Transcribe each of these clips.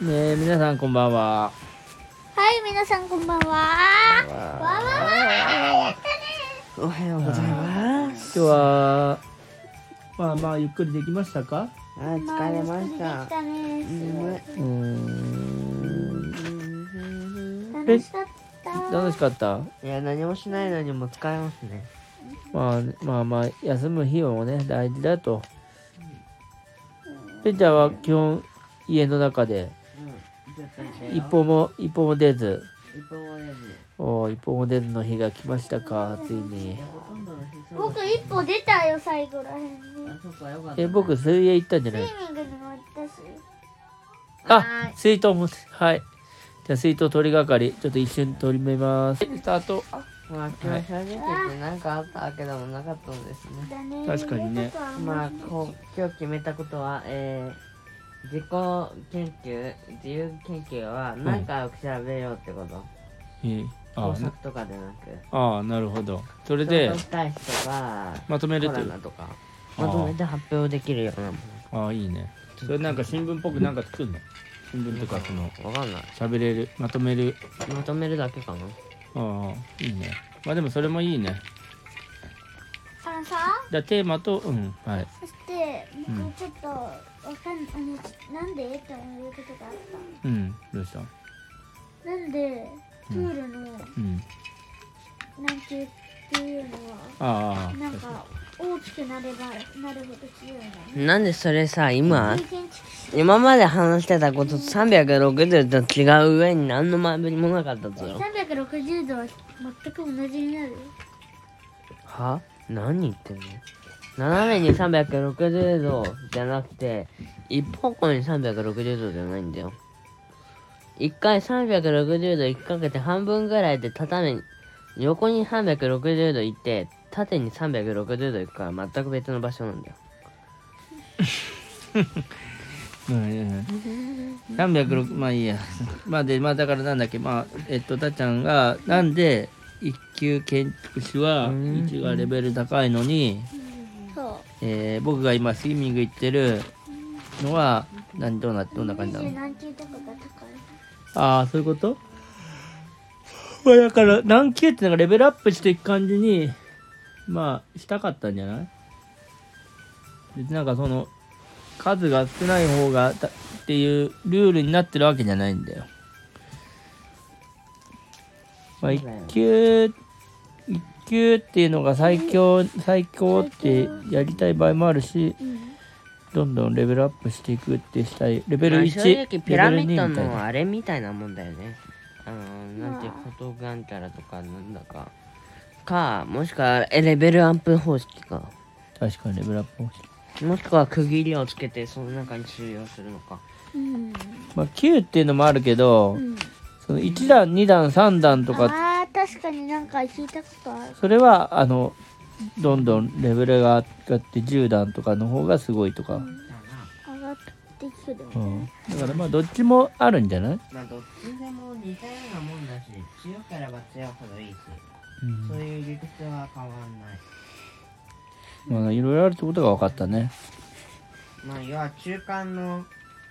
ねえ皆さんこんばんははい、皆さんこんばんは。わーわーわー。おはようございます。今日はまあまあゆっくりできましたかあー疲れました。疲れま眠しうーんたね。楽しかった。楽しかったい。いや、何もしないのにも疲れますね。まあねまあまあ休む日もね大事だとペンちゃんは基本家の中で一歩も一歩も出ず一歩もやず。おー一歩も出ずの日が来ましたかついにほとんどの人そう僕一歩出たよ、最後らへんに。あそっかよかったえ僕水泳行ったんじゃスイないミングにも行ったし。あ水筒もはいじゃあ水筒取りがかりちょっと一瞬取り目ますスタートまあ、今日正直ってなんかあったわけでもなかったんですね。だね。確かにねやることはあんままあ、こう今日決めたことは、えー、自己研究、自由研究は何かを調べようってこと。え工作とかでなく。ああなるほどそれ人と対しとか、まとめコロナとか。あまとめて発表できるようなもああいいねそれなんか新聞っぽくなんか作るの新聞とかそのの。わかんない。喋れるまとめるまとめるだけかな。ああいいねまあでもそれもいいねあのさ、じゃあテーマとうんはいそして、うん僕ちょっと、わかん、あの、なんでって思うことがあっうんどうしたた。なんで、プールのうん軟球っていうのは、ああなんか、大きくなれば、なるほど強いな。なんでそれさ、今経、験値今まで話してたことと360度違う上に何の前振りもなかったぞよ。 360度は全く同じになるは何言ってんの斜めに360度じゃなくて、一方向に360度じゃないんだよ。一回360度引っ掛けて半分ぐらいで畳に、横に360度行って、縦に360度行くから全く別の場所なんだよ。うんうん306まあいいやまあでまあだからなんだっけまあえっとたっちゃんがなんで一級建築士はうん一がレベル高いのに、そえー僕が今スイミング行ってるのは何どうなどんな感じなの20何級とかが高いああそういうことまあだから何級ってなんかレベルアップしていく感じにまあしたかったんじゃない別になんかその数が少ない方がだっていうルールになってるわけじゃないんだよ。まあそう一だよ級一級っていうのが最強最強ってやりたい場合もあるしどんどんレベルアップしていくってしたいレベルまあ1正直ピラミレベル2みッドたいなのあれみたいなもんだよねあのなんていうまフォトガンキャラとかなんだかかもしくはえレベルアップ方式か確かにレベルアップ方式もしくは区切りをつけてその中に収容するのかうんまあ、9っていうのもあるけど、その1段2段3段とかあー確かになんか聞いたことあるそれはあのどんどんレベルが上がって10段とかの方がすごいとか、上がってくるうんだからまあどっちもあるんじゃない、まあどっちでも似たようなもんだし強ければ強いほどいいしうんういう理屈は変わんないまあ、いろいろあるってことが分かったねまあ要は中間の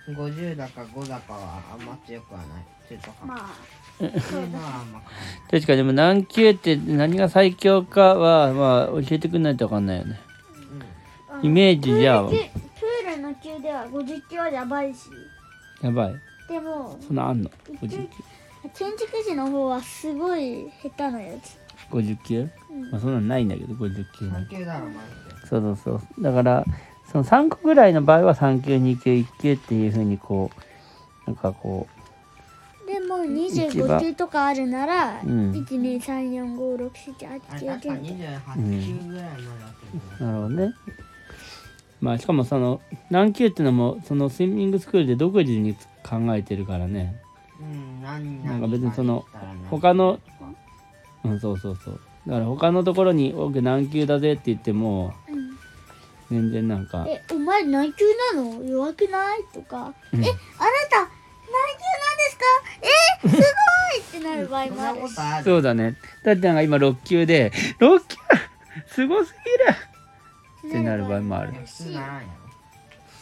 50だか5だかはあんま強くはない中途半まあ端まああんま確かにでも何級って何が最強かはまあ教えてくんないと分かんないよねあのイメージじゃプール級プールの級では50級はやばいしやばいでもそんなあんの一級50建築士の方はすごい下手なやつ級50級、まあ、そんなんないんだけど50級なんて級だろマジでそうそうそう。だから、その3個ぐらいの場合は3級、2級、1級っていうふうにこう、なんかこでも一番25級とかあるならうん123456789あれ確か二十八級ぐらいまであってるう、なるほどね。まあしかもその、何級っていうのも、そのスイミングスクールで独自に考えてるからね。うん、何なんか別にその、他の、うん、そうそうそう。だから他のところに、僕何級だぜって言っても、うん全然なんか、え、お前何級なの弱くないとか、うんえ、あなた何級なんですかえ、すごいってなる場合そんもなあこるとあるそうだね。だってなんか今6級で、6級すごすぎるってなる場合もある。普通ならんやろ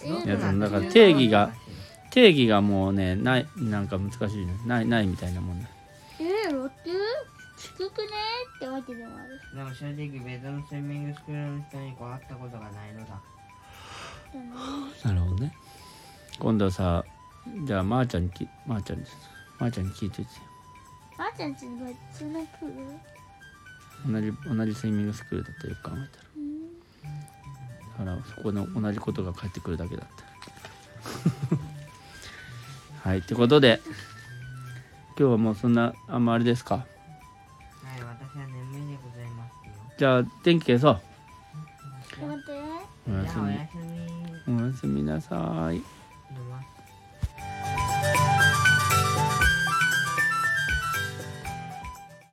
えいやでもだから定義が定義がもうねないなんか難しいねないないみたいなもんねえー、ロッテ低くねってわけでもある。でも正直別のスイミングスクールの人にこう会ったことがないのだだねなるほどね今度さじゃあまー、ちゃんにきまー、ちゃんですまー、ちゃんに聞いといてばあちゃんちの別のプー同ルじ同じスイミングスクールだったよく考えうたんらだからそこの同じことが返ってくるだけだった はいってことで今日はもうそんなあんまあれですかはい私は眠いでございますよじゃあ天気消そう待って。おやじすゃあおみやすみおやすみなさい寝ます